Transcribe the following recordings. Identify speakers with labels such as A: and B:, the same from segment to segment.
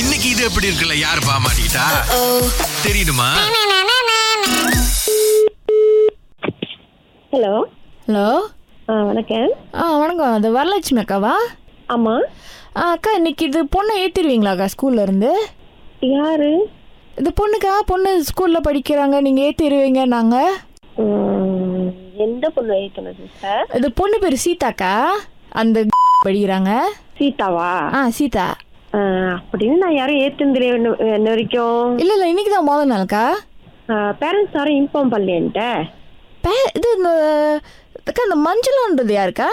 A: இன்னைக்கு இது எப்படி இருக்குல்ல யார் பாமாட்டா தெரியுமா
B: ஹலோ
C: ஹலோ
B: ஆ வணக்கம்
C: ஆ வணக்கம் அது வரலட்சுமி அக்காவா
B: ஆமா
C: ஆ அக்கா இன்னைக்கு இது பொண்ணை ஏற்றிடுவீங்களாக்கா ஸ்கூல்ல இருந்து
B: யாரு
C: இது பொண்ணுக்கா பொண்ணு ஸ்கூலில் படிக்கிறாங்க நீங்கள் ஏற்றிடுவீங்க நாங்கள்
B: ம், எந்த பொண்ணு ஏத்தணும் சிஸ்டர்
C: இது பொண்ணு பேர் சீதாக்கா அந்த படிக்கிறாங்க
B: சீதாவா
C: ஆ சீதா
B: ஆ, அப்படின்னு நான் யாரும் ஏத்துந்திலே என்ன வரைக்கும்
C: இல்லை இல்லை இன்னைக்கு தான் முதல் நாள்க்கா
B: பேரண்ட்ஸ் யாரும் இன்ஃபார்ம் பண்ணலையன்ட்ட
C: பே இது இந்த அக்கா இந்த மஞ்சுளான்றது யாருக்கா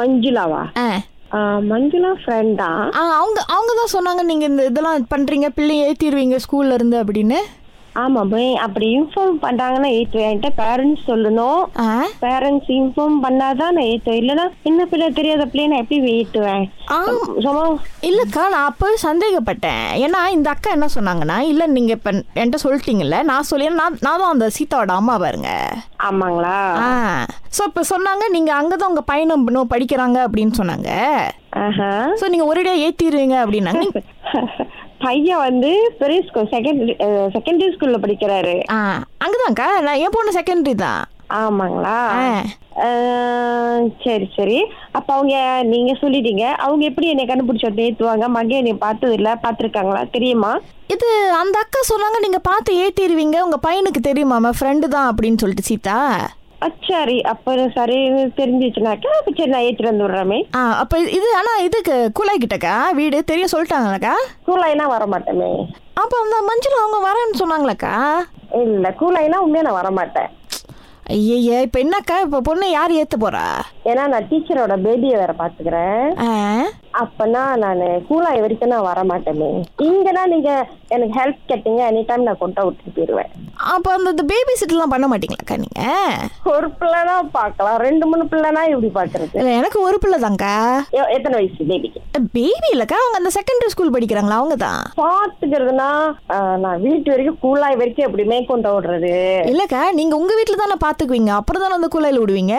B: மஞ்சுளாவா
C: ஆ
B: ஆ, மஞ்சுளா ஃப்ரெண்டா
C: ஆ அவங்க அவங்க தான் சொன்னாங்க நீங்கள் இந்த இதெல்லாம் பண்ணுறீங்க பிள்ளையை ஏற்றிடுவீங்க ஸ்கூல்ல இருந்து அப்படின்னு
B: ஆமா போய் அப்படி இன்ஃபார்ம் பண்றாங்கன்னா ஏத்துவேன்ட்ட பேரண்ட்ஸ் சொல்லணும்
C: ஆ
B: பேரண்ட்ஸ் இன்ஃபார்ம் பண்ணாதான் நான் ஏத்துவேன் இல்லைன்னா சின்ன பிள்ளை தெரியாத பிள்ளைய நான் எப்படி ஏத்துவேன்
C: ஆ
B: சும்மா
C: இல்லைக்கா நான் அப்போவே சந்தேகப்பட்டேன் ஏன்னா இந்த அக்கா என்ன சொன்னாங்கன்னா இல்லை நீங்கள் இப்போ என்கிட்ட சொல்லிட்டீங்கல்ல நான் சொல்லி நான் நான் தான் அந்த சீதாவோட அம்மா பாருங்க
B: ஆமாங்களா
C: ஆ ஸோ இப்போ சொன்னாங்க நீங்கள் அங்கே தான் உங்கள் பையனும் இன்னும் படிக்கிறாங்க அப்படின்னு சொன்னாங்க
B: ஆஹா
C: ஸோ நீங்கள் ஒரேடியாக ஏற்றிடுவீங்க அப்படின்னாங்க நீங்க-
B: பையன் வந்து பெரிய ஸ்கூல் செகண்ட் செகண்டரி ஸ்கூல்ல படிக்கிறாரு
C: ஆ அங்கதான்க்கா நான் என் பொண்ணு செகண்டரி தான்
B: ஆமாங்களா
C: ஆ.
B: அஹ், சரி சரி அப்ப அவங்க நீங்க சொல்லிட்டீங்க அவங்க எப்படி என்னை கண்டுபிடிச்ச ஏத்துவாங்க மகன் என்னை பார்த்தது இல்ல பாத்திருக்காங்களா தெரியுமா
C: இது அந்த அக்கா சொன்னாங்க நீங்கள் பார்த்து ஏற்றிடுவீங்க உங்கள் பையனுக்கு தெரியுமாம்மா ஃப்ரெண்டு தான் அப்படின்னு சொல்லிட்டு சீதா
B: அஹ், சரி அப்ப சரி தெரிஞ்சிச்சுனாக்கா அப்ப சரி நான் ஏத்திட்டு வந்து விடுறமே
C: ஆ அப்போ இது ஆனால் இதுக்கு கூலாய்கிட்டக்கா வீடு தெரிய சொல்லிட்டாங்களாக்கா
B: கூலாயினா வர மாட்டேமே
C: அப்போ அந்த மஞ்சள் அவங்க வரேன்னு சொன்னாங்களாக்கா
B: இல்ல கூலாயினா உண்மையா நான் வர மாட்டேன்
C: ஐயய்ய இப்போ என்னக்கா இப்போ பொண்ணு யார் ஏற்ற போறா
B: ஏன்னா நான் டீச்சரோட பேபியை வேற பாத்துக்கிறேன்
C: ஆ
B: அப்பனா நான் கூலாய் வரைக்கும் நான் வர மாட்டேனே இங்கன்னா நீங்க எனக்கு ஹெல்ப் கேட்டீங்க எனி டைம் நான் கொண்டு விட்டுட்டு போயிடுவேன்
C: அப்போ அந்த இந்த பேபி சிட்டெலாம் பண்ண மாட்டீங்களாக்கா நீங்கள்
B: ஒரு பிள்ளைனா பார்க்கலாம் ரெண்டு மூணு பிள்ளைனா இப்படி பாக்குறது
C: இல்லை எனக்கு ஒரு பிள்ளை தான்க்கா
B: எ- எத்தனை வயசு பேபிக்கு
C: பேபி இல்லைக்கா அவங்க அந்த செகண்டரி ஸ்கூல் படிக்கிறாங்களா அவங்க தான்
B: பாத்துக்கிறதுனா ஆஹ், நான் வீட்டு வரைக்கும் கூலாய் வரைக்கும் எப்படியுமே கொண்டு விடுறது
C: இல்லைக்கா நீங்கள் உங்கள் வீட்டில் தானே பார்த்துக்குவீங்க அப்புறம் தானே அந்த கூலாயில் விடுவீங்க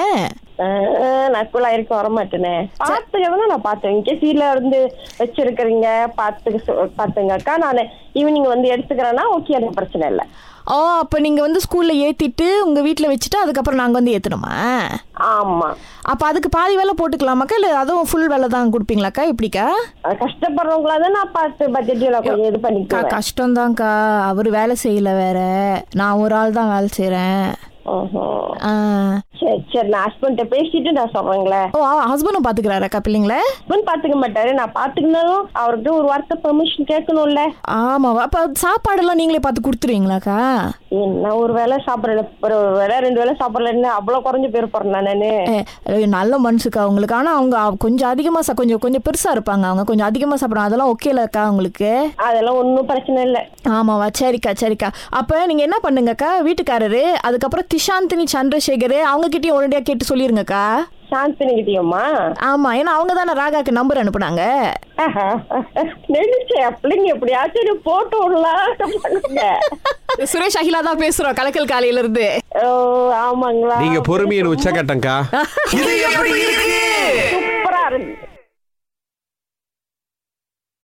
B: ஆஹ், நான் கூலாய் வரைக்கும் வர மாட்டேனே பாத்துக்கிறதுனா நான் பார்த்தேன் இங்கே கீழே இருந்து வச்சிருக்கிறீங்க பார்த்து பார்த்துங்கக்கா நான் ஈவினிங் வந்து எடுத்துக்கிறேன்னா ஓகே எனக்கு பிரச்சனை இல்லை
C: ஓ அப்போ நீங்கள் வந்து ஸ்கூலில் ஏற்றிட்டு உங்கள் வீட்டில் வச்சுட்டு அதுக்கப்புறம் நாங்கள் வந்து ஏற்றணுமா
B: ஆமா
C: அப்போ அதுக்கு பாதி வேலை போட்டுக்கலாமாக்கா இல்லை அதுவும் ஃபுல் வேலை தான் கொடுப்பீங்களாக்கா எப்படிக்கா
B: அஹ் கஷ்டப்படுறவங்களா தான் நான் பார்த்து பட்ஜெட்ல கொஞ்சம் இது
C: கா
B: பண்ணிக்குவேன்
C: கஷ்டம்தான்க்கா அவர் வேலை செய்யல வேற நான் ஒரு ஆள் தான் வேலை செய்கிறேன்
B: ஓஹோ. சரி சரி நான் ஹஸ்பண்ட்ட பேசிட்டு நான் சொல்றேங்களே
C: ஓ ஹஸ்பண்டும் பார்த்துக்கிறாரக்கா பிள்ளைங்கள
B: ஹஸ்பண்ட் பாத்துக்க மாட்டாரு நான் பாத்துக்கினாலும் அவர்கிட்ட ஒரு வார்த்தை பெர்மிஷன் கேட்கணும்ல
C: ஆமாவா அப்போ சாப்பாடெல்லாம் நீங்களே பார்த்து கொடுத்துருவீங்களாக்கா
B: என்ன ஒரு வேளை சாப்பிடல ஒரு வேளை ரெண்டு வேளை சாப்பிடலன்னு அவ்வளவு குறைஞ்சு பேர் போறேன் நானு
C: ஏ, ஐயோ, நல்ல மனுஷுக்கா அவங்களுக்கு ஆனால் அவங்க அவ- கொஞ்சம் அதிகமாக சா கொஞ்சம் கொஞ்சம் பெருசாக இருப்பாங்க அவங்க கொஞ்சம் அதிகமாக சாப்பிடுவாங்க அதெல்லாம் ஓகேலக்கா அவங்களுக்கு
B: அதெல்லாம் ஒன்றும் பிரச்சனை இல்லை
C: ஆமாவா சரிக்கா சரிக்கா அப்போ நீங்கள் என்ன பண்ணுங்கக்கா வீட்டுக்காரரு அதுக்கப்புறம் கிஷாந்தினி சந்திரசேகர் அவங்கக்கிட்டையும் உடனடியாக கேட்டு சொல்லிருங்கக்கா
B: சாந்தினி கிட்டியம்மா
C: ஆமாம் ஏன்னா அவங்க தானே ராகாக்கு நம்பர் அனுப்புனாங்க
B: நினைச்சேன் பிள்ளைங்க எப்படியாச்சும் நீ போட்டு விடலாம் பண்ணுங்க
C: சுரேஷ் அகிலா தான் பேசுகிறோம் கலக்கல் காலையிலேருந்து
B: ஓ ஆமாங்களா
D: நீங்க பொறுமையின் உச்சகட்டங்கா
A: இது எப்படி இருக்கு